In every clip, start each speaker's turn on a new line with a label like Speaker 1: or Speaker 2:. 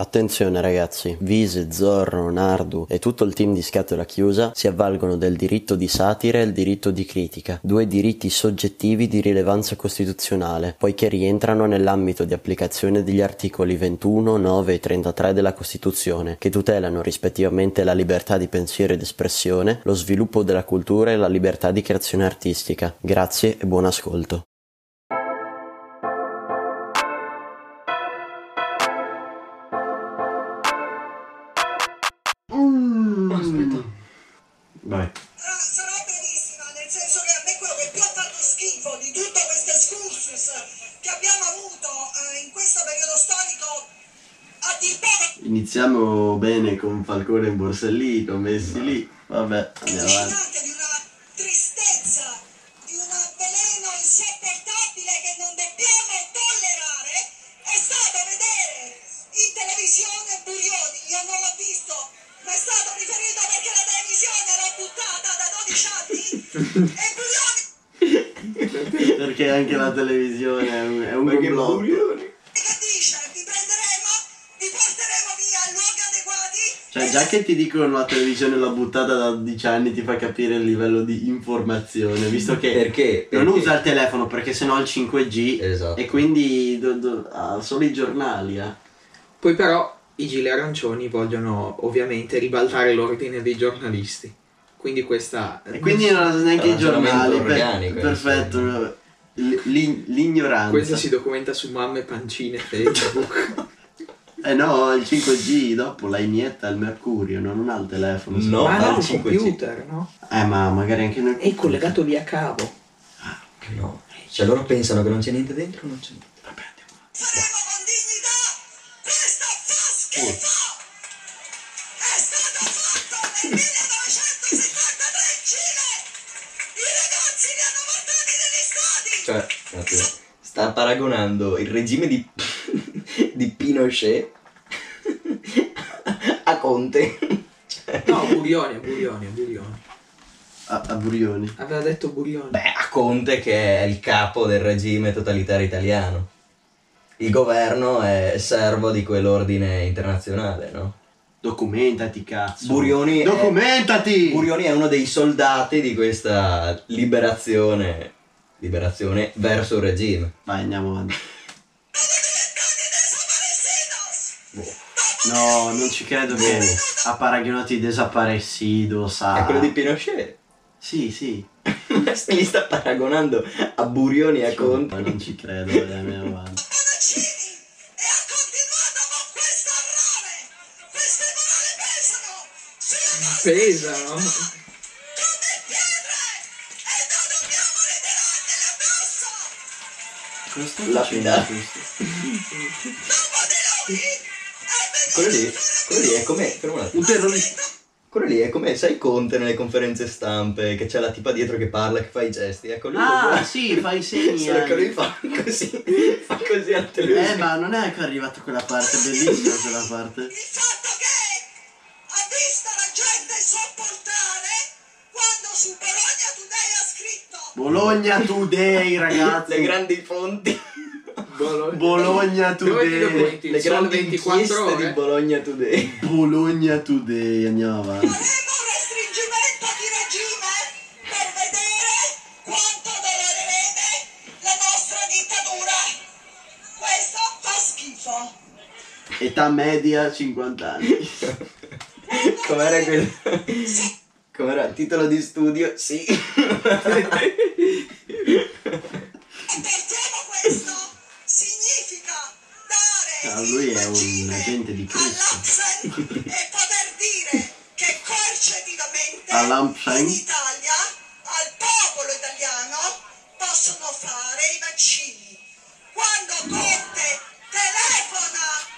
Speaker 1: Attenzione ragazzi, Vise, Zorro, Nardu e tutto il team di Scatola Chiusa si avvalgono del diritto di satira e il diritto di critica, due diritti soggettivi di rilevanza costituzionale, poiché rientrano nell'ambito di applicazione degli articoli 21, 9 e 33 della Costituzione, che tutelano rispettivamente la libertà di pensiero ed espressione, lo sviluppo della cultura e la libertà di creazione artistica. Grazie e buon ascolto.
Speaker 2: Mm. Aspetta.
Speaker 3: Vai.
Speaker 4: Ah, sarà benissima, nel senso che a me quello che più ha fatto schifo di tutto questo excursus che abbiamo avuto eh, in questo periodo storico a dir poco
Speaker 1: Iniziamo bene con Falcone e Borsellino, messi lì. Vabbè,
Speaker 4: allucinante, di una tristezza, di un veleno insopportabile che non dobbiamo tollerare, è stato vedere in televisione Burioni, io non l'ho visto, ma è stato riferito perché la televisione l'ho buttata da 12 anni e Burioni
Speaker 1: Perché anche la televisione è un, è un
Speaker 3: Ma che
Speaker 1: complotto.
Speaker 3: burioni.
Speaker 4: che dice vi prenderemo, vi porteremo via a luoghi adeguati.
Speaker 1: Cioè, già che ti dicono la televisione l'ha buttata da 10 anni, ti fa capire il livello di informazione, visto che
Speaker 2: Perché?
Speaker 1: non
Speaker 2: Perché?
Speaker 1: usa il telefono perché sennò ha il 5G
Speaker 2: Esatto.
Speaker 1: e quindi do- do- ha solo i giornali. eh. ha.
Speaker 5: Poi però i gili arancioni vogliono ovviamente ribaltare l'ordine dei giornalisti. Quindi questa...
Speaker 1: E quindi non ha neanche i giornali. per-
Speaker 2: organico, eh,
Speaker 1: perfetto,
Speaker 2: insomma.
Speaker 1: l- l'ign- l'ignoranza.
Speaker 5: Questo si documenta su mamme pancine Facebook.
Speaker 1: Eh no, il 5G dopo la inietta al mercurio, no? non ha il telefono. se
Speaker 3: No,
Speaker 1: fa
Speaker 5: Ma
Speaker 3: fa
Speaker 1: il
Speaker 5: no, un
Speaker 3: 5G.
Speaker 5: computer, no?
Speaker 1: Eh ma magari anche noi.
Speaker 5: È collegato via cavo.
Speaker 2: Che no. Cioè loro pensano che non c'è niente dentro, non c'è niente.
Speaker 4: faremo con dignità questo fa schifo è stato fatto nel 1973 in Cile i ragazzi li hanno portati negli stati
Speaker 2: Cioè, un attimo. Sta paragonando il regime di, di Pinochet a Conte. Cioè,
Speaker 5: No, Burioni, Burioni, Burioni.
Speaker 1: A, a Burioni.
Speaker 5: Aveva detto Burioni.
Speaker 2: Beh, a Conte che è il capo del regime totalitario italiano. Il governo è servo di quell'ordine internazionale, no?
Speaker 1: Documentati, cazzo.
Speaker 2: Burioni è-
Speaker 1: Documentati!
Speaker 2: Burioni è uno dei soldati di questa liberazione, liberazione verso il regime.
Speaker 1: Vai, andiamo avanti.
Speaker 4: sono diventati desaparecidos
Speaker 1: Boh. No, non ci credo che ha paragonato i desaparecidos a...
Speaker 2: È quello di Pinochet.
Speaker 1: Sì, sì.
Speaker 2: Li sta paragonando a Burioni e a Conte.
Speaker 1: Ma non ci credo, dai, andiamo avanti.
Speaker 4: Bonaccini e ha continuato con questo errore queste parole pesano sulla nostra
Speaker 5: Pesa, no?
Speaker 4: come pietre e non dobbiamo ritirargliele addosso
Speaker 1: Cosa sta
Speaker 2: La
Speaker 1: facendo
Speaker 2: fida.
Speaker 1: questo?
Speaker 4: dopo di lui è venuto
Speaker 2: Quello lì, quello lì è come. fermo un attimo.
Speaker 1: Un terrorista.
Speaker 2: Quello lì è come, sai Conte nelle conferenze stampe, che c'è la tipa dietro che parla, che fa i gesti. Ecco lui.
Speaker 1: Ah, sì, fa i segni.
Speaker 2: Solo che lui
Speaker 1: anche.
Speaker 2: fa così. Fa così al
Speaker 1: Eh,
Speaker 2: televisore.
Speaker 1: ma non è ancora arrivato quella parte, bellissima quella parte.
Speaker 4: il fatto che ha visto la gente sopportare quando su Bologna Today ha
Speaker 1: Bologna
Speaker 4: scritto
Speaker 1: Today,
Speaker 2: Le
Speaker 1: ragazzi.
Speaker 2: grandi fonti.
Speaker 5: Bologna.
Speaker 1: Bologna
Speaker 5: Dove ti
Speaker 1: Today.
Speaker 5: documenti?
Speaker 2: Le
Speaker 5: Solo
Speaker 2: grandi
Speaker 5: 24
Speaker 2: inchieste
Speaker 5: ore?
Speaker 1: eh?
Speaker 2: di Bologna Today.
Speaker 1: Bologna Today, andiamo avanti.
Speaker 4: faremo un restringimento di regime per vedere quanto tolererete la nostra dittatura questo fa schifo
Speaker 1: Età media 50 anni.
Speaker 2: Com'era quel. Com'era il titolo di studio? Sì.
Speaker 4: e partiamo questo significa dare
Speaker 1: Ah, lui
Speaker 4: il
Speaker 1: è un
Speaker 4: regime
Speaker 1: agente di Cristo.
Speaker 4: all'Apsen e poter dire che coercitivamente
Speaker 1: All'Apsen?
Speaker 4: in Italia al popolo italiano possono fare i vaccini quando Conte telefona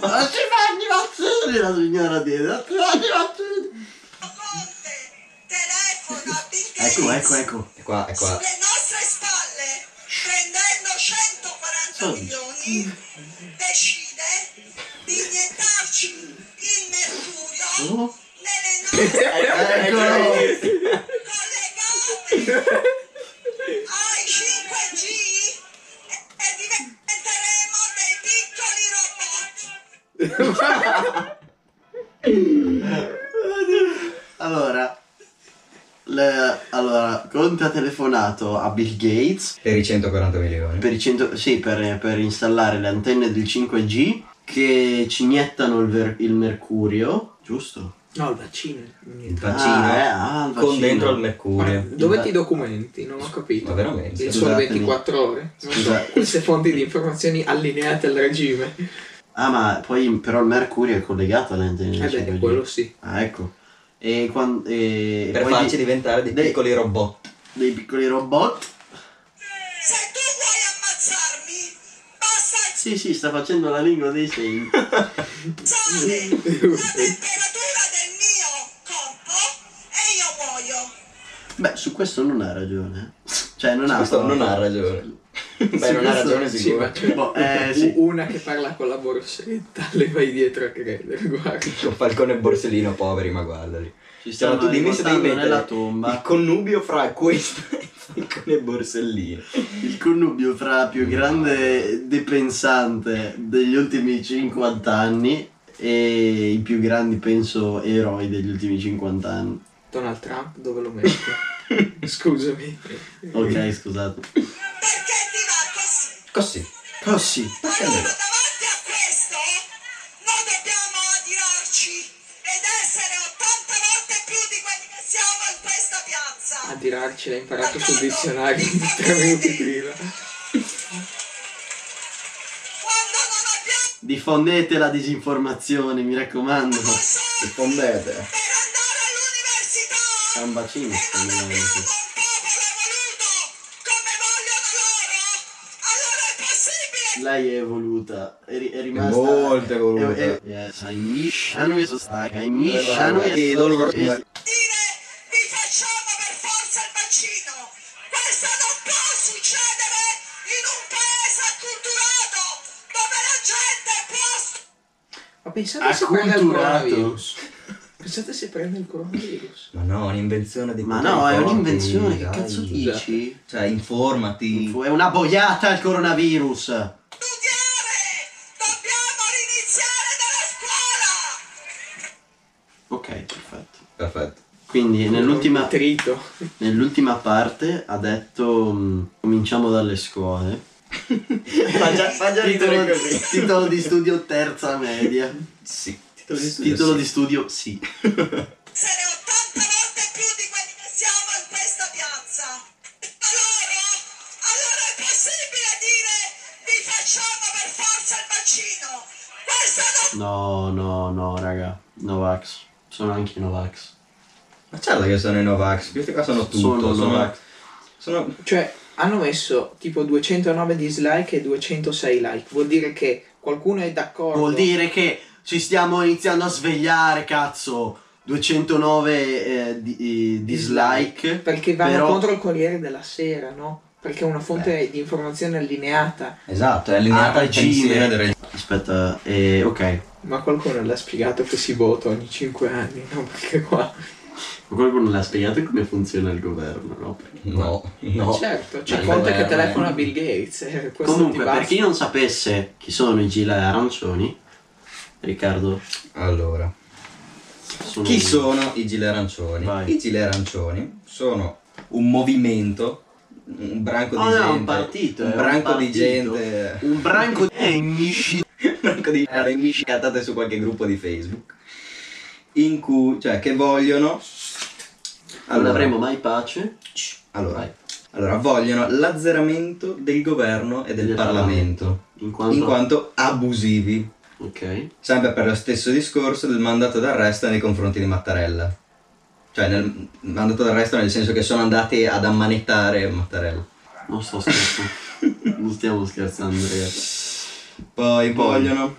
Speaker 1: Non ci fanno i vaccini, la signora dice. Non ci fanno i vaccini.
Speaker 4: quando Conte telefona a Bill Gates
Speaker 1: Ecco, ecco, ecco.
Speaker 2: È qua, è qua.
Speaker 4: sulle nostre spalle, prendendo 140
Speaker 1: Oh.
Speaker 4: milioni, decide di iniettarci il mercurio
Speaker 1: Oh.
Speaker 4: nelle nostre
Speaker 2: Ecco.
Speaker 1: Eccolo.
Speaker 3: Ecco.
Speaker 4: collegate ai 5G e e diventeremo dei piccoli
Speaker 3: Allora, la- allora, Conte ha telefonato a Bill Gates
Speaker 2: Per i 140 milioni.
Speaker 3: per, i cento- sì, per- per installare le antenne del 5G che ci iniettano il, ver- il mercurio, giusto?
Speaker 5: No, il vaccino.
Speaker 2: Il
Speaker 5: niente.
Speaker 2: vaccino
Speaker 3: Ah, eh, ah, il
Speaker 2: con
Speaker 3: vaccino. Ah.
Speaker 2: dentro il
Speaker 5: Ma
Speaker 2: mercurio.
Speaker 5: dove ti documenti? Non ho
Speaker 2: Ma
Speaker 5: capito.
Speaker 2: veramente?
Speaker 5: Il sole
Speaker 3: Scusatemi.
Speaker 5: 24 ore? Non so,
Speaker 3: Scusate.
Speaker 5: queste fonti di informazioni allineate al regime.
Speaker 3: Ah, ma poi però il mercurio è collegato alle antenne del
Speaker 5: Eh beh,
Speaker 3: 5G.
Speaker 5: quello sì.
Speaker 3: Ah, ecco. E, quan- e
Speaker 2: Per
Speaker 3: poi
Speaker 2: farci
Speaker 3: di-
Speaker 2: diventare dei
Speaker 3: dei-
Speaker 2: piccoli robot.
Speaker 3: dei piccoli robot.
Speaker 4: Se tu vuoi ammazzarmi, basta
Speaker 3: Sì, sì, sta facendo la lingua dei segni.
Speaker 4: alzare la temperatura del mio corpo e io muoio.
Speaker 3: Beh, su questo non ha ragione. eh. Cioè, non ha
Speaker 2: Questo
Speaker 3: proprio-
Speaker 2: non ha ragione. Beh,
Speaker 3: Sì,
Speaker 2: Eh, non ha
Speaker 3: questo-
Speaker 2: ragione
Speaker 5: Sì, ma
Speaker 2: sicuro.
Speaker 5: c'è
Speaker 3: Boh, eh, sì.
Speaker 5: una che parla con la borsetta, le vai dietro a credere, guarda.
Speaker 2: Con Falcone e Borsellino, poveri, ma guardali.
Speaker 3: Ci
Speaker 2: Cioè, ma
Speaker 3: stanno
Speaker 2: tu dimmi se devi
Speaker 3: riportando
Speaker 2: mettere
Speaker 3: nella tomba.
Speaker 2: il connubio fra questo e Falcone e Borsellino.
Speaker 3: Il connubio fra la più grande depensante degli ultimi 50 anni e i più grandi, penso, eroi degli ultimi 50 anni.
Speaker 5: Donald Trump, dove lo metti? Scusami.
Speaker 3: Ok, scusate.
Speaker 4: Perché ti va così?
Speaker 2: Così.
Speaker 3: Così.
Speaker 4: Allora, davanti a questo, noi dobbiamo adirarci ed essere 80 volte più di quelli che siamo in questa piazza.
Speaker 3: Ah,
Speaker 5: A tirarci l'ha imparato sul dizionario di tre minuti prima.
Speaker 4: Quando non abbiamo
Speaker 3: Diffondete la disinformazione, mi raccomando.
Speaker 4: i soldi
Speaker 2: Rispondete.
Speaker 4: per andare all'università
Speaker 3: È un bacino,
Speaker 4: e non
Speaker 3: secondo me.
Speaker 4: abbiamo un popolo evoluto come vogliono loro, allora è possibile
Speaker 3: Lei è evoluta, è, ri- è rimasta
Speaker 2: molto evoluta.
Speaker 3: È, è, yes, I'm Nishano e Sostaka, I'm Nishano
Speaker 2: E loro-
Speaker 3: e
Speaker 4: dire vi facciamo per forza il vaccino. Questo non può succedere in un paese acculturato dove la gente può... stu-
Speaker 5: Ma pensate se prende il
Speaker 3: Acculturato.
Speaker 5: coronavirus. Pensate se prende il coronavirus.
Speaker 2: Ma no, è un'invenzione di
Speaker 3: Ma
Speaker 2: poteri
Speaker 3: no, è
Speaker 2: forti,
Speaker 3: un'invenzione, che
Speaker 2: dai.
Speaker 3: cazzo dici?
Speaker 2: Cioè, informati.
Speaker 3: Fu- È una boiata il coronavirus.
Speaker 4: studiare! Dobbiamo riniziare dalla scuola!
Speaker 3: Ok, perfetto.
Speaker 2: Perfetto.
Speaker 3: Quindi nell'ultima,
Speaker 5: Trito.
Speaker 3: nell'ultima parte ha detto mh, cominciamo dalle scuole.
Speaker 2: Fa già, fa già ridere
Speaker 3: Titolo,
Speaker 2: così.
Speaker 3: titolo di studio terza media.
Speaker 2: Sì.
Speaker 3: Titolo di studio sì.
Speaker 4: essere 80 volte più di quelli che siamo in questa piazza. Allora, allora è possibile dire vi facciamo per forza il vaccino. Questo non
Speaker 3: No, no, no, raga. Novax. Sono anche i Novax.
Speaker 2: Ma certo che sono i Novax, questi qua sono tutto. Sono, sono,
Speaker 3: Novax.
Speaker 5: Cioè, hanno messo tipo 209 dislike e 206 like. Vuol dire che qualcuno è d'accordo.
Speaker 3: Vuol dire che ci stiamo iniziando a svegliare, cazzo. 209 eh, di- eh, dislike.
Speaker 5: Perché vanno
Speaker 3: però-
Speaker 5: contro il Corriere della Sera, no? Perché è una fonte di informazione allineata.
Speaker 2: Esatto, è allineata
Speaker 3: Ah,
Speaker 2: al pensiero
Speaker 3: regime.
Speaker 2: del regime.
Speaker 3: Aspetta, eh, ok.
Speaker 5: Ma qualcuno l'ha spiegato che si vota ogni 5 anni, no? Perché qua.
Speaker 3: Qualcuno l'ha spiegato come funziona il governo, no? Perché-
Speaker 2: No, no.
Speaker 5: Certo, c'è
Speaker 2: Ma
Speaker 5: il
Speaker 2: il
Speaker 5: Conte che
Speaker 2: governo,
Speaker 5: telefona
Speaker 2: eh.
Speaker 5: a Bill Gates. eh, questo
Speaker 3: Comunque,
Speaker 5: ti basta.
Speaker 3: per chi non sapesse chi sono i Gila e Arancioni, Riccardo,
Speaker 2: Allora,
Speaker 3: sono
Speaker 2: chi sono i Gile Arancioni?
Speaker 3: Vai.
Speaker 2: I Gile Arancioni sono un movimento, un branco di
Speaker 3: Oh, no,
Speaker 2: gente.
Speaker 3: un partito,
Speaker 2: un
Speaker 3: è un
Speaker 2: branco di
Speaker 3: partito.
Speaker 2: gente. Eh,
Speaker 3: un branco di amici.
Speaker 2: un branco di gente miscattate su qualche gruppo di Facebook. In cui, cioè, che vogliono.
Speaker 3: Non avremo mai pace.
Speaker 2: Allora,
Speaker 3: Vai.
Speaker 2: allora, vogliono l'azzeramento del governo e del,
Speaker 3: Del
Speaker 2: Parlamento,
Speaker 3: In quanto...
Speaker 2: in quanto abusivi,
Speaker 3: Ok.
Speaker 2: sempre per lo stesso discorso del mandato d'arresto nei confronti di Mattarella. Cioè, nel mandato d'arresto nel senso che sono andati ad ammanettare Mattarella.
Speaker 3: Non sto scherzando. non stiamo scherzando, ragazzi. Poi.
Speaker 2: Poi vogliono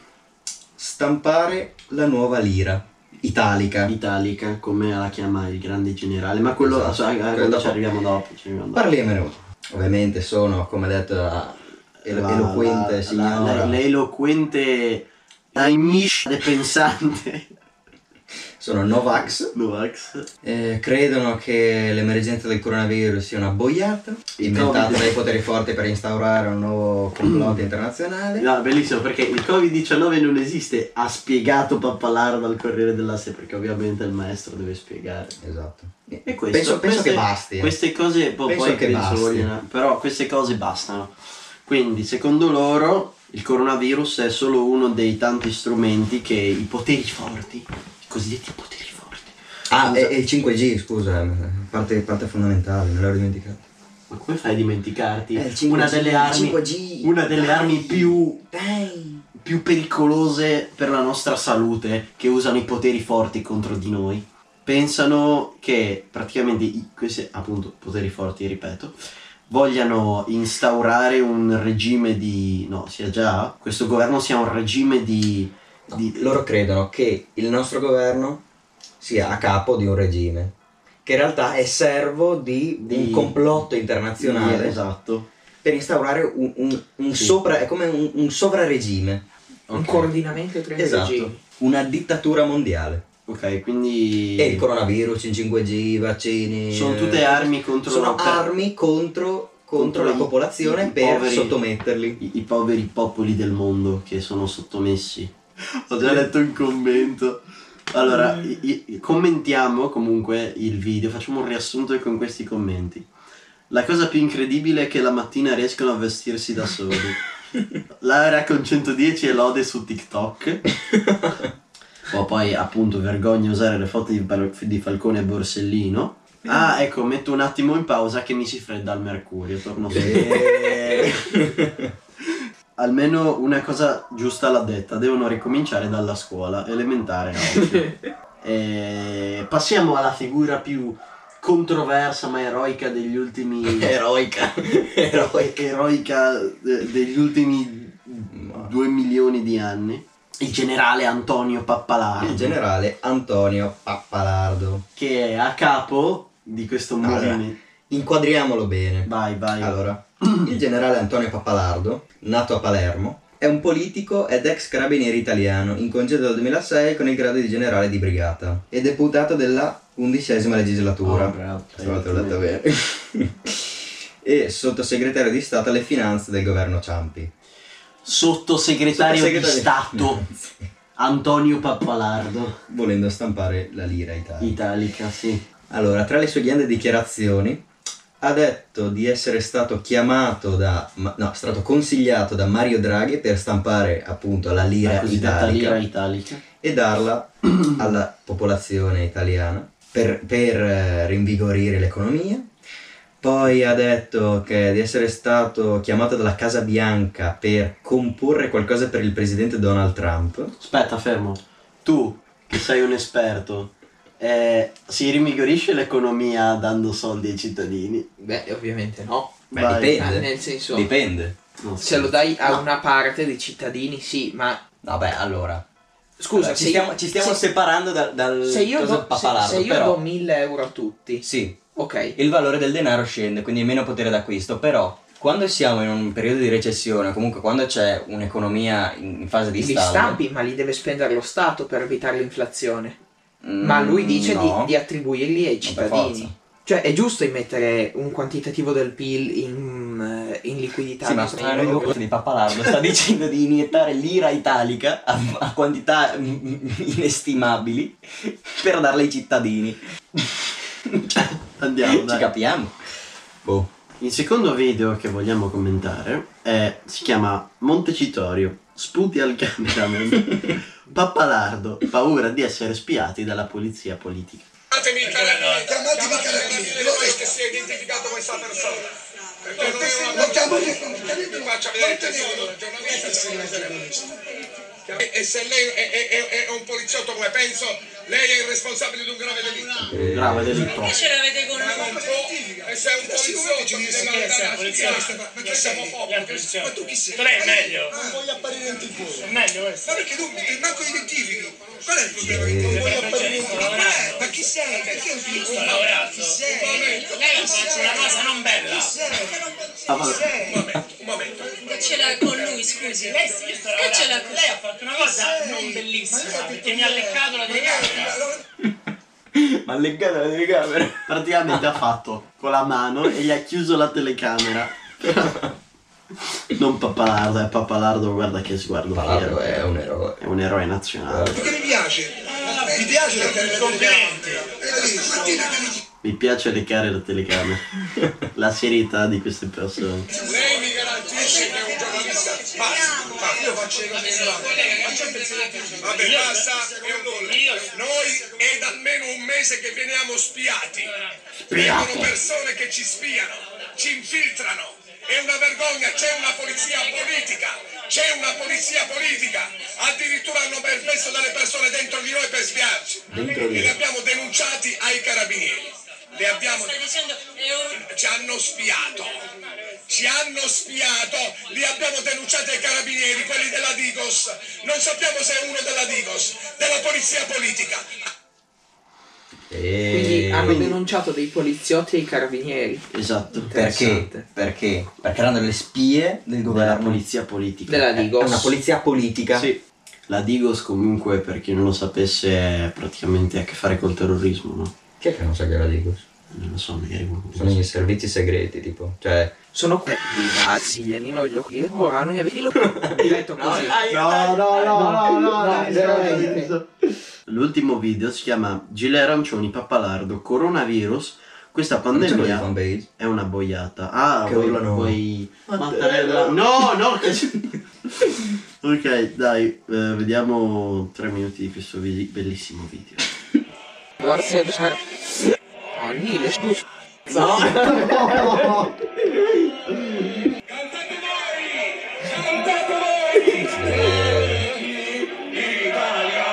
Speaker 2: stampare la nuova lira italica.
Speaker 3: Italica, come la chiama il grande generale. Ma quello,
Speaker 2: Esatto.
Speaker 3: a- a- a-
Speaker 2: Quello
Speaker 3: quello
Speaker 2: dopo.
Speaker 3: ci arriviamo dopo. Ci arriviamo dopo.
Speaker 2: Parliamone uno. Ovviamente sono, come detto, la elo-
Speaker 3: La-
Speaker 2: eloquente
Speaker 3: la- la-
Speaker 2: signora.
Speaker 3: la- L'eloquente... La miscia pensante.
Speaker 2: sono Novax,
Speaker 3: Novax.
Speaker 2: eh, credono che l'emergenza del coronavirus sia una boiata inventata
Speaker 3: Covid.
Speaker 2: dai poteri forti per instaurare un nuovo complotto internazionale.
Speaker 3: No, bellissimo perché il Covid-19 non esiste, ha spiegato Pappalardo al Corriere dell'Asse perché ovviamente il maestro deve spiegare.
Speaker 2: Esatto.
Speaker 3: E questo,
Speaker 2: penso, penso
Speaker 3: queste-
Speaker 2: che basti. eh.
Speaker 3: Queste cose boh, po-
Speaker 2: Penso
Speaker 3: poi
Speaker 2: che
Speaker 3: penso
Speaker 2: basti.
Speaker 3: vogliono- però queste cose bastano. Quindi, secondo loro, il coronavirus è solo uno dei tanti strumenti che i poteri forti, i cosiddetti poteri forti.
Speaker 2: Ah,
Speaker 3: Scusa.
Speaker 2: e, e il 5G, scusa, eh, parte, parte fondamentale, me l'ho dimenticato.
Speaker 3: Ma come fai a dimenticarti?
Speaker 2: Eh, il 5G,
Speaker 3: una delle armi,
Speaker 2: 5G.
Speaker 3: una delle armi più,
Speaker 2: Dai!
Speaker 3: più pericolose per la nostra salute che usano i poteri forti contro di noi. Pensano che praticamente i- questi, appunto, poteri forti, ripeto, vogliano instaurare un regime di... no, sia già, questo governo sia un regime di... di
Speaker 2: Loro credono che il nostro governo sia a capo di un regime, che in realtà è servo di,
Speaker 3: Di-
Speaker 2: un complotto internazionale
Speaker 3: Esatto.
Speaker 2: per instaurare un, un- un
Speaker 3: Sì.
Speaker 2: sopra, è come un, un sovraregime,
Speaker 5: Un
Speaker 3: Ok.
Speaker 5: coordinamento tra i
Speaker 2: Esatto.
Speaker 5: regimi.
Speaker 2: una dittatura mondiale.
Speaker 3: Ok, quindi...
Speaker 2: E il coronavirus, il 5G, i vaccini... eh,
Speaker 3: sono tutte armi contro...
Speaker 2: sono
Speaker 3: per-
Speaker 2: armi contro, contro
Speaker 3: contro
Speaker 2: la
Speaker 3: i-
Speaker 2: popolazione
Speaker 3: i
Speaker 2: per
Speaker 3: poveri.
Speaker 2: sottometterli.
Speaker 3: i, i poveri popoli del mondo che sono sottomessi. Ho già letto un commento. Allora, i- i- commentiamo comunque il video, facciamo un riassunto con questi commenti. La cosa più incredibile è che la mattina riescono a vestirsi da soli. Laura con 110 e lode su TikTok. O poi appunto vergogna usare le foto di, Bal- di Falcone e Borsellino. Ah, ecco, metto un attimo in pausa che mi si fredda il mercurio, torno su. Almeno una cosa giusta l'ha detta, devono ricominciare dalla scuola, elementare oggi. E passiamo alla figura più controversa ma eroica degli ultimi...
Speaker 2: eroica
Speaker 3: eroi-
Speaker 2: eroica
Speaker 3: eroica eh, degli ultimi
Speaker 2: Ma-
Speaker 3: due milioni di anni. Il generale Antonio Pappalardo,
Speaker 2: il generale Antonio Pappalardo
Speaker 3: che è a capo di questo
Speaker 2: Allora.
Speaker 3: movimento.
Speaker 2: inquadriamolo bene
Speaker 3: Vai, vai.
Speaker 2: Ah, allora il generale Antonio Pappalardo nato a Palermo è un politico ed ex carabinieri italiano in congedo dal 2006 con il grado di generale di brigata e deputato della undicesima legislatura
Speaker 3: Oh, bravo.
Speaker 2: Stavolta l'ho detto bene. e sottosegretario di Stato alle finanze del governo Ciampi
Speaker 3: Sottosegretario di
Speaker 2: Sottosegretario-
Speaker 3: Stato Antonio Pappalardo.
Speaker 2: volendo stampare la lira italiana
Speaker 3: Italica, sì.
Speaker 2: Allora, tra le sue ghiande dichiarazioni, ha detto di essere stato chiamato da, ma- no, è stato consigliato da Mario Draghi per stampare appunto la
Speaker 3: La
Speaker 2: lira
Speaker 3: cosiddetta
Speaker 2: italica
Speaker 3: lira italica.
Speaker 2: e darla alla popolazione italiana per, per, eh, rinvigorire l'economia. Poi ha detto che di essere stato chiamato dalla Casa Bianca per comporre qualcosa per il presidente Donald Trump.
Speaker 3: Aspetta, fermo. Tu, che sei un esperto, eh, si rimigorisce l'economia dando soldi ai cittadini?
Speaker 5: Beh, ovviamente no.
Speaker 2: Beh,
Speaker 3: Vai.
Speaker 2: dipende.
Speaker 5: Ah, Nel senso,
Speaker 2: Dipende.
Speaker 3: Non so.
Speaker 5: se lo dai a
Speaker 3: Ma-
Speaker 5: una parte dei cittadini, sì, ma...
Speaker 2: Vabbè, allora,
Speaker 5: Scusa,
Speaker 2: Allora, ci
Speaker 5: se
Speaker 2: stiamo,
Speaker 5: io-
Speaker 2: ci stiamo
Speaker 5: se-
Speaker 2: separando da- dal
Speaker 5: se io,
Speaker 2: cosa
Speaker 5: do,
Speaker 2: del
Speaker 5: se,
Speaker 2: pappalardo,
Speaker 5: se io
Speaker 2: però
Speaker 5: do 1000 euro a tutti,
Speaker 2: sì,
Speaker 5: ok,
Speaker 2: il valore del denaro scende, quindi meno potere d'acquisto, però quando siamo in un periodo di recessione, comunque quando c'è un'economia in in fase di
Speaker 5: li
Speaker 2: stallo,
Speaker 5: stampi, ma li deve spendere lo Stato per evitare l'inflazione.
Speaker 2: mm,
Speaker 5: ma lui dice
Speaker 2: no.
Speaker 5: di, di attribuirli ai
Speaker 2: per forza.
Speaker 5: cittadini. Cioè, è giusto immettere un quantitativo del PIL in, eh, in liquidità
Speaker 2: Sì,
Speaker 5: di
Speaker 2: ma
Speaker 5: prima.
Speaker 2: strano questo di Pappalardo sta dicendo di iniettare l'ira italica a, a quantità mm, mm, inestimabili per darla ai cittadini.
Speaker 3: Andiamo,
Speaker 2: Ci
Speaker 3: dai.
Speaker 2: capiamo. Boh.
Speaker 3: Il secondo video che vogliamo commentare è- si chiama Montecitorio, sputi al cameraman. Pappalardo, paura di essere spiati dalla polizia politica.
Speaker 6: Chiamatemi i carabinieri,
Speaker 7: Chiamatemi i carabinieri, lo
Speaker 6: che
Speaker 7: vedo.
Speaker 6: si è identificato questa persona. Perché
Speaker 7: Non
Speaker 6: non è una
Speaker 7: lo chiamo io,
Speaker 6: persona. Vi faccio vedere il tesoro del giornalista e sono un giornalista. E- E se lei è, è- è- è un poliziotto come penso, lei è il responsabile di un grave delitto.
Speaker 3: Bravo, delitto.
Speaker 7: Perché ce l'avete con
Speaker 6: Ma non
Speaker 7: noi?
Speaker 6: può, e se è un poliziotto mi deve andare a spiare.
Speaker 7: Ma
Speaker 6: Noi siamo popoli.
Speaker 7: Ma tu chi sei?
Speaker 6: Non voglio apparire in tv.
Speaker 7: meglio questo.
Speaker 6: Ma perché tu mi manco identifichi? Qual è il problema? che Non voglio apparire in tv. Ma qual è? Ma chi sei? Perché non ti dico?
Speaker 7: Sto lavorando.
Speaker 6: Chi sei?
Speaker 7: Lei ha fatto una cosa non bella.
Speaker 6: Chi sei?
Speaker 3: Ah, vabbè.
Speaker 6: Un momento, un momento.
Speaker 7: Ce l'ha con lui mi scusi, lei ce l'ha con-
Speaker 8: Lei ha fatto una cosa non bellissima perché mi ha leccato la telecamera.
Speaker 2: Ma leggata la telecamera.
Speaker 3: Praticamente ha fatto con la mano e gli ha chiuso la telecamera. non Pappalardo, è Pappalardo, guarda che sguardo
Speaker 2: Palardo
Speaker 3: fiero.
Speaker 2: è un eroe.
Speaker 3: È un eroe nazionale.
Speaker 6: Perché mi piace?
Speaker 8: Mi piace perché mi complimenti.
Speaker 6: E stamattina che mi
Speaker 3: Mi piace leccare la telecamera. la serietà di queste persone.
Speaker 6: Lei mi garantisce che è un giornalista. Basta, basta, io faccio le cose gravi. Vabbè, basta, è un dollaro. Noi è da almeno un mese che veniamo spiati. Vengono persone che ci spiano, ci infiltrano. È una vergogna, c'è una polizia politica. C'è una polizia politica. Addirittura hanno permesso delle persone dentro di noi per spiarci.
Speaker 2: Dentro di
Speaker 6: E
Speaker 2: noi.
Speaker 6: le abbiamo denunciati ai carabinieri. Le abbiamo
Speaker 7: Stai dicendo è un...
Speaker 6: ci hanno spiato. Ci hanno spiato, li abbiamo denunciati ai carabinieri, quelli della Digos. Non sappiamo se è uno della Digos, della polizia politica.
Speaker 5: Quindi
Speaker 2: E...
Speaker 5: hanno denunciato dei poliziotti e i carabinieri
Speaker 3: Esatto.
Speaker 2: Perché?
Speaker 5: Interessante.
Speaker 2: Perché? Perché erano le spie del
Speaker 3: Della
Speaker 2: governo.
Speaker 3: polizia politica.
Speaker 5: della
Speaker 2: È
Speaker 5: Digos.
Speaker 2: una polizia politica.
Speaker 3: Sì. La Digos comunque, per chi non lo sapesse, è praticamente ha a che fare col terrorismo, no?
Speaker 2: Chi è che non sa che è la Digos?
Speaker 3: Non lo so, magari qualcuno-
Speaker 2: Sono i servizi segreti, tipo. Cioè.
Speaker 5: Sono qui. Ah, sì, non voglio qui. Ora non Detto così.
Speaker 2: eh,
Speaker 3: No, no, no, no, no,
Speaker 5: no,
Speaker 3: dai,
Speaker 5: veramente.
Speaker 3: dai. L'ultimo video si chiama Gile arancioni pappalardo coronavirus. Questa
Speaker 2: Diciamo di
Speaker 3: pandemia
Speaker 2: fanbase.
Speaker 3: è una boiata. Ah,
Speaker 2: Che
Speaker 3: vuoi-
Speaker 2: urlano.
Speaker 3: vuoi- Mattarella. No, no. ok, dai, eh, vediamo tre minuti di questo vi- bellissimo video.
Speaker 6: Cantate voi! Cantate voi! L'Italia,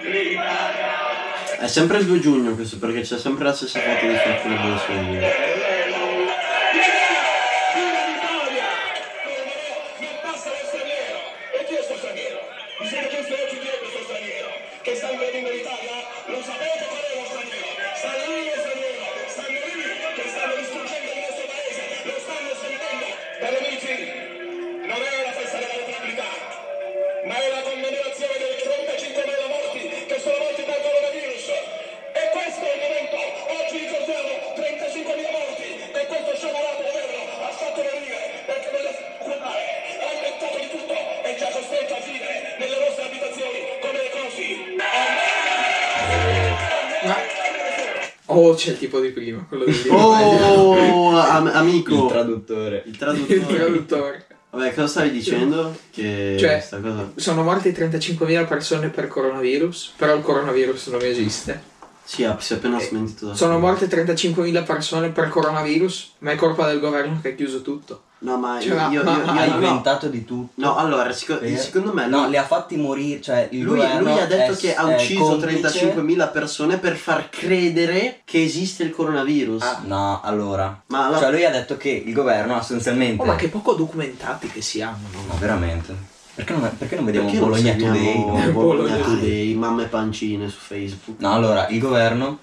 Speaker 6: l'Italia.
Speaker 3: È sempre il 2 giugno questo perché c'è sempre la stessa foto di Fortuna delle sue video.
Speaker 6: Ma è la commemorazione dei 35.000 morti che sono morti dal coronavirus. E questo è il momento, oggi ricordiamo 35.000 morti e questo sciagurato governo ha fatto morire perché vuole curare, ha inventato di tutto e ci ha costretto a vivere nelle nostre abitazioni come le cosi.
Speaker 5: Oh, c'è il tipo di prima, quello di prima.
Speaker 3: Oh, am- amico.
Speaker 2: Il
Speaker 3: Il
Speaker 2: traduttore.
Speaker 5: Il
Speaker 3: traduttore.
Speaker 5: traduttore.
Speaker 3: Vabbè, cosa stavi dicendo? Che
Speaker 5: Cioè-
Speaker 3: sta cosa.
Speaker 5: Sono morte 35.000 persone per coronavirus, però il coronavirus non esiste.
Speaker 3: Sì, ha- si è appena smentito. da
Speaker 5: Sono
Speaker 3: solo.
Speaker 5: morte 35.000 persone per coronavirus, ma è colpa del governo che ha chiuso tutto.
Speaker 3: No, ma
Speaker 5: Cioè,
Speaker 3: io, io,
Speaker 5: ma-
Speaker 3: io-
Speaker 5: ma-
Speaker 3: io-
Speaker 9: ha
Speaker 3: Ah, no.
Speaker 9: inventato di tutto.
Speaker 3: No, allora, sic-
Speaker 9: Per-
Speaker 3: secondo me
Speaker 9: Eh? no,
Speaker 3: no.
Speaker 9: li ha fatti morire, cioè il
Speaker 3: lui,
Speaker 9: governo
Speaker 3: lui ha detto
Speaker 9: è-
Speaker 3: che ha
Speaker 9: è
Speaker 3: ucciso
Speaker 9: complice-
Speaker 3: 35.000 persone per far credere che esiste il coronavirus.
Speaker 9: Ah, no, allora.
Speaker 3: Ma la-
Speaker 9: Cioè lui ha detto che il governo sostanzialmente
Speaker 5: Oh, ma che poco documentati che siamo, no?
Speaker 9: Ma veramente. Perché non, perché non vediamo
Speaker 3: perché non
Speaker 9: Bologna
Speaker 3: seguiamo
Speaker 9: Today?
Speaker 3: Bologna
Speaker 5: Bologna
Speaker 3: Today, mamme pancine su Facebook.
Speaker 9: No, allora, il governo,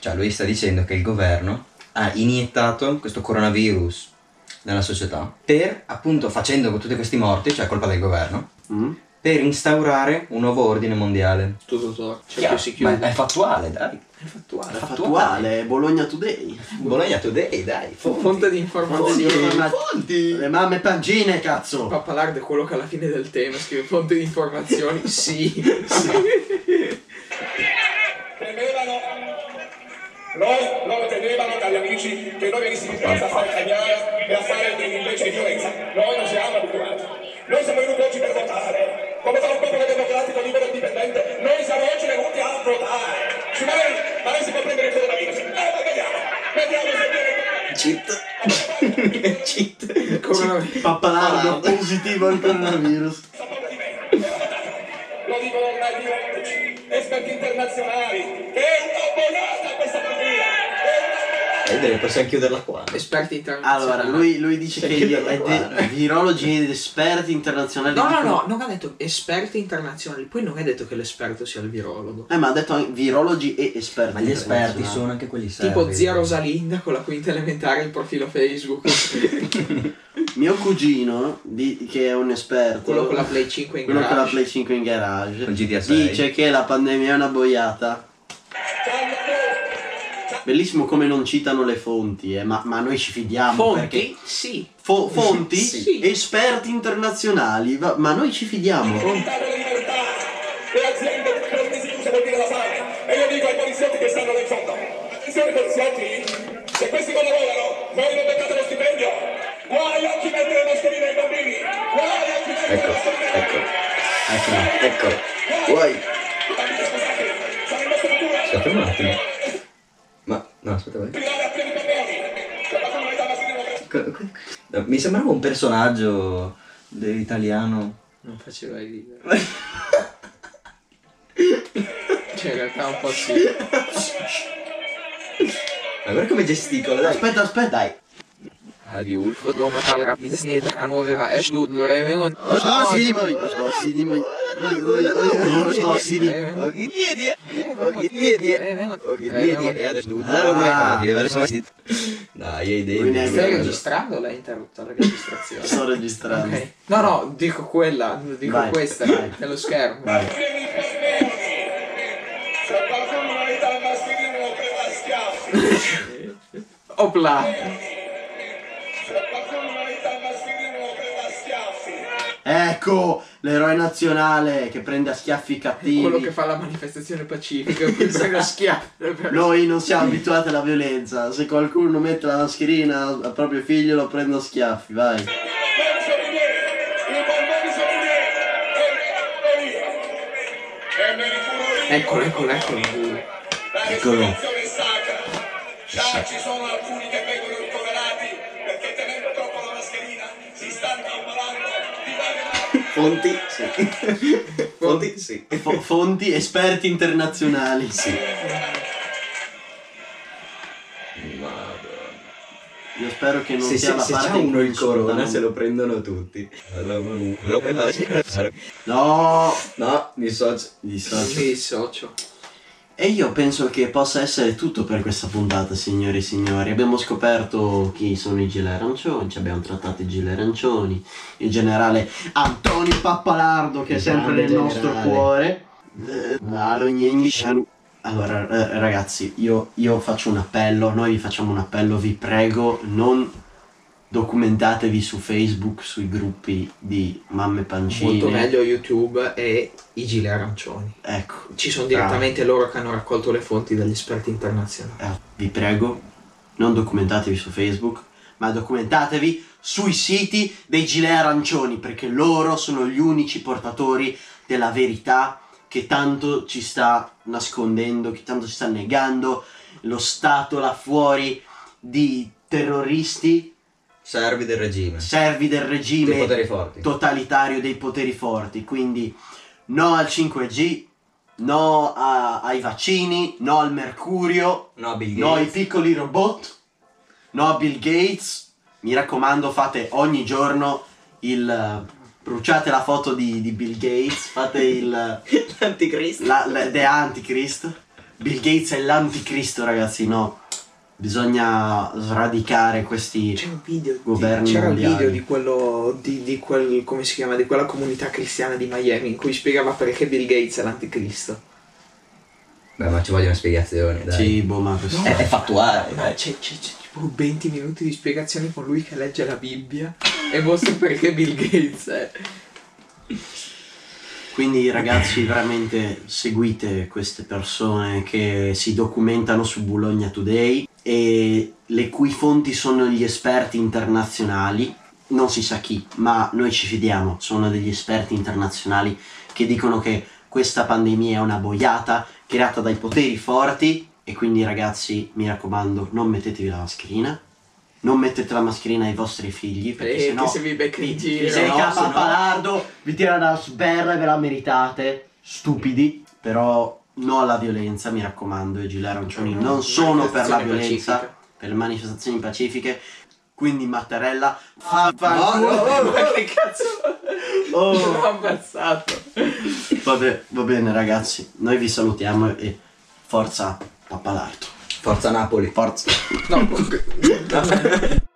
Speaker 9: cioè lui sta dicendo che il governo ha iniettato questo coronavirus nella società per, appunto, facendo tutti questi morti, cioè colpa del governo,
Speaker 3: Mm?
Speaker 9: per instaurare un nuovo ordine mondiale.
Speaker 5: Tutto torto. Cioè,
Speaker 9: Chiaro,
Speaker 5: poi si
Speaker 9: ma
Speaker 5: chiude.
Speaker 9: è fattuale, dai.
Speaker 5: È eh. fattuale.
Speaker 3: È
Speaker 9: Fattuale.
Speaker 3: fattuale, Bologna Today.
Speaker 9: Bologna Today, dai. fonti.
Speaker 5: Fonte di
Speaker 3: Fonte di
Speaker 5: informazione.
Speaker 3: informa-
Speaker 9: Fonti.
Speaker 3: Le mamme pancine, cazzo!
Speaker 5: Pappalardo è quello che alla fine del tema scrive fonte di informazioni. sì, sì.
Speaker 6: Temevano, loro, loro temevano, cari amici, che noi venissimo in piazza a fare cagnare e a fare dei- invece di violenza. Noi non siamo abituati. Noi siamo venuti oggi per votare. Come fa un popolo democratico, libero e indipendente, noi siamo oggi venuti a votare. Ci ma lei, ma lei si può prendere il coronavirus? Eh, ma vediamo, vediamo se viene il coronavirus.
Speaker 5: Coronavirus.
Speaker 3: Pappalardo positivo al coronavirus.
Speaker 6: Lo dicono ormai medici, esperti internazionali, che è una bonata questa pandemia. È una
Speaker 9: Vedete, possiamo chiuderla qua.
Speaker 5: Esperti internazionali.
Speaker 3: Allora, lui, lui dice
Speaker 9: C'è
Speaker 5: Cioè,
Speaker 3: che
Speaker 9: chi
Speaker 3: gli,
Speaker 9: da guardare.
Speaker 3: de- virologi ed esperti internazionali.
Speaker 5: No, no,
Speaker 3: dicono-
Speaker 5: no, non ha detto esperti internazionali, poi non è detto che l'esperto sia il virologo.
Speaker 3: Eh, ma ha detto anche virologi e esperti.
Speaker 9: Ma gli esperti
Speaker 3: internazionali.
Speaker 9: sono anche quelli
Speaker 5: Tipo
Speaker 9: servi.
Speaker 5: zia Rosalinda con la quinta elementare il profilo Facebook.
Speaker 3: Mio cugino, di- che è un esperto,
Speaker 5: Quello con la Play 5 in
Speaker 3: quello con la
Speaker 5: garage.
Speaker 3: Play 5 in garage,
Speaker 9: Con GTA sei.
Speaker 3: dice che la pandemia è una boiata. Bellissimo come non citano le fonti, eh, ma, ma noi ci fidiamo perché
Speaker 5: Fonti? Sì.
Speaker 3: Fo- fonti,
Speaker 5: Sì.
Speaker 3: esperti internazionali, va- ma noi ci fidiamo.
Speaker 6: di libertà, le aziende che non disillusa vuol dire la fame. E io dico ai poliziotti che stanno nel fondo, attenzione poliziotti, se questi non lavorano, voi non beccate lo stipendio. Guai a chi mette le mascherine ai bambini, guai a chi mette
Speaker 9: Ecco,
Speaker 6: le mascherine ai
Speaker 9: ecco,
Speaker 6: bambini.
Speaker 9: ecco, ecco. Guai.
Speaker 6: Bambini, scusate, sarà in vostra natura
Speaker 9: Aspetta un attimo. Ma, no, aspetta, vai.
Speaker 6: tirare a piedi pannelli. Per la comunità la si democrazia.
Speaker 9: Co- co- co- Mi sembrava un personaggio dell'italiano.
Speaker 5: Non faceva il libero. cioè, in realtà un po' sì.
Speaker 9: Ma guarda come gesticola, dai.
Speaker 3: Aspetta, aspetta, dai.
Speaker 5: Die Ulfodromatalra Business Hannover Eschluden Revingen.
Speaker 3: Ah,
Speaker 9: Dai, hai
Speaker 5: Stai
Speaker 9: idea.
Speaker 5: registrando o l'hai interrotto la registrazione?
Speaker 3: Sto registrando.
Speaker 5: Ok. No, no, dico quella, dico
Speaker 3: Vai.
Speaker 5: questa,
Speaker 3: Vai.
Speaker 5: nello schermo.
Speaker 3: Vai.
Speaker 6: Piedi pannelli. Se qualcuno non dà il mascherino, lo prenda a schiaffi.
Speaker 5: Opla!
Speaker 6: Se qualcuno non dà il mascherino, lo prenda a schiaffi.
Speaker 3: Ecco l'eroe nazionale che prende a schiaffi i
Speaker 5: Quello
Speaker 3: cattivi.
Speaker 5: che fa la manifestazione pacifica, poi sarà schiaffo.
Speaker 3: Noi non siamo abituati alla violenza. Se qualcuno mette la mascherina al proprio figlio lo prendo a schiaffi, vai.
Speaker 6: Bambini sono in me, i bambini sono in me. E- e io. E me ne curo
Speaker 5: Eccolo,
Speaker 6: io.
Speaker 5: eccolo, eccolo.
Speaker 6: La
Speaker 9: Eccolo.
Speaker 6: respirazione è sacra. Già ci sono alcuni che vengono ricoverati perché tenendo troppo la mascherina si stanno ammalando di varie malattie.
Speaker 9: Fonti, sì. Fonti, sì.
Speaker 3: Fo- fonti esperti internazionali. Sì. Io spero che non
Speaker 9: Se,
Speaker 3: sia
Speaker 9: se,
Speaker 3: la
Speaker 9: se
Speaker 3: parte
Speaker 9: c'è
Speaker 3: in
Speaker 9: uno
Speaker 3: cui
Speaker 9: il corona
Speaker 3: sfruttano-
Speaker 9: se lo prendono tutti.
Speaker 3: No!
Speaker 9: No, mi socio.
Speaker 3: Dissocio.
Speaker 5: Sì, socio.
Speaker 3: E io penso che possa essere tutto per questa puntata, signore e signori. Abbiamo scoperto chi sono i gilet arancioni, ci abbiamo trattato i gilet arancioni, il generale Antonio Pappalardo che è sempre nel
Speaker 9: Grande
Speaker 3: nostro
Speaker 9: generale.
Speaker 3: cuore. Eh, Alognini Shalu. Allora, eh, ragazzi, io, io faccio un appello, noi vi facciamo un appello, vi prego, non documentatevi su Facebook, sui gruppi di mamme pancine.
Speaker 5: Molto meglio YouTube e i gilet arancioni.
Speaker 3: Ecco,
Speaker 5: Ci sono direttamente loro che hanno raccolto le fonti dagli esperti internazionali.
Speaker 3: Eh, vi prego, non documentatevi su Facebook, ma documentatevi sui siti dei gilet arancioni, perché loro sono gli unici portatori della verità che tanto ci sta nascondendo, che tanto ci sta negando lo Stato là fuori di terroristi,
Speaker 9: Servi del regime.
Speaker 3: servi del regime
Speaker 9: Dei poteri forti.
Speaker 3: totalitario dei poteri forti. Quindi no al 5G, no a- ai vaccini, no al mercurio,
Speaker 9: No, Bill
Speaker 3: No, i
Speaker 9: Gates.
Speaker 3: piccoli robot. No, Bill Gates. Mi raccomando, fate ogni giorno il. eh, Bruciate la foto di, di Bill Gates. Fate il. eh,
Speaker 9: L'anticristo.
Speaker 3: La, la- the Antichrist. Bill Gates è l'anticristo, ragazzi. No, bisogna sradicare questi.
Speaker 5: C'è un video di-
Speaker 3: Governi
Speaker 5: c'era il
Speaker 3: mondiali.
Speaker 5: video di quello di, di quel come si chiama di quella comunità cristiana di Miami in cui spiegava perché Bill Gates è l'anticristo.
Speaker 9: Beh, ma ci vogliono spiegazioni, dai.
Speaker 3: Sì, boh, ma questo.
Speaker 9: È,
Speaker 2: Eh,
Speaker 9: è fattuale,
Speaker 5: No,
Speaker 9: dai.
Speaker 5: Eh, c'è, c'è- c'è tipo 20 minuti di spiegazioni con lui che legge la Bibbia e mostra perché Bill Gates è.
Speaker 3: Quindi ragazzi veramente seguite queste persone che si documentano su Bologna Today e le cui fonti sono gli esperti internazionali, non si sa chi, ma noi ci fidiamo, sono degli esperti internazionali che dicono che questa pandemia è una boiata creata dai poteri forti e quindi ragazzi mi raccomando non mettetevi la mascherina, non mettete la mascherina ai vostri figli perché
Speaker 5: Eh,
Speaker 3: sennò
Speaker 5: che se vi becca in giro.
Speaker 3: sei
Speaker 5: no?
Speaker 3: capa
Speaker 5: Se no-
Speaker 3: palardo, vi tira una sberla e ve la meritate. Stupidi, però no alla violenza, mi raccomando, i gilet arancioni non sono per la
Speaker 5: Manifestazione
Speaker 3: violenza,
Speaker 5: pacifica.
Speaker 3: per le manifestazioni pacifiche. Quindi Mattarella fa
Speaker 5: Ma che cazzo?
Speaker 3: Oh.
Speaker 5: L'ho ammazzato.
Speaker 3: Vabbè, va bene ragazzi, noi vi salutiamo e forza Pappalardo.
Speaker 9: Forza Napoli.
Speaker 3: Forza.
Speaker 5: No, comunque-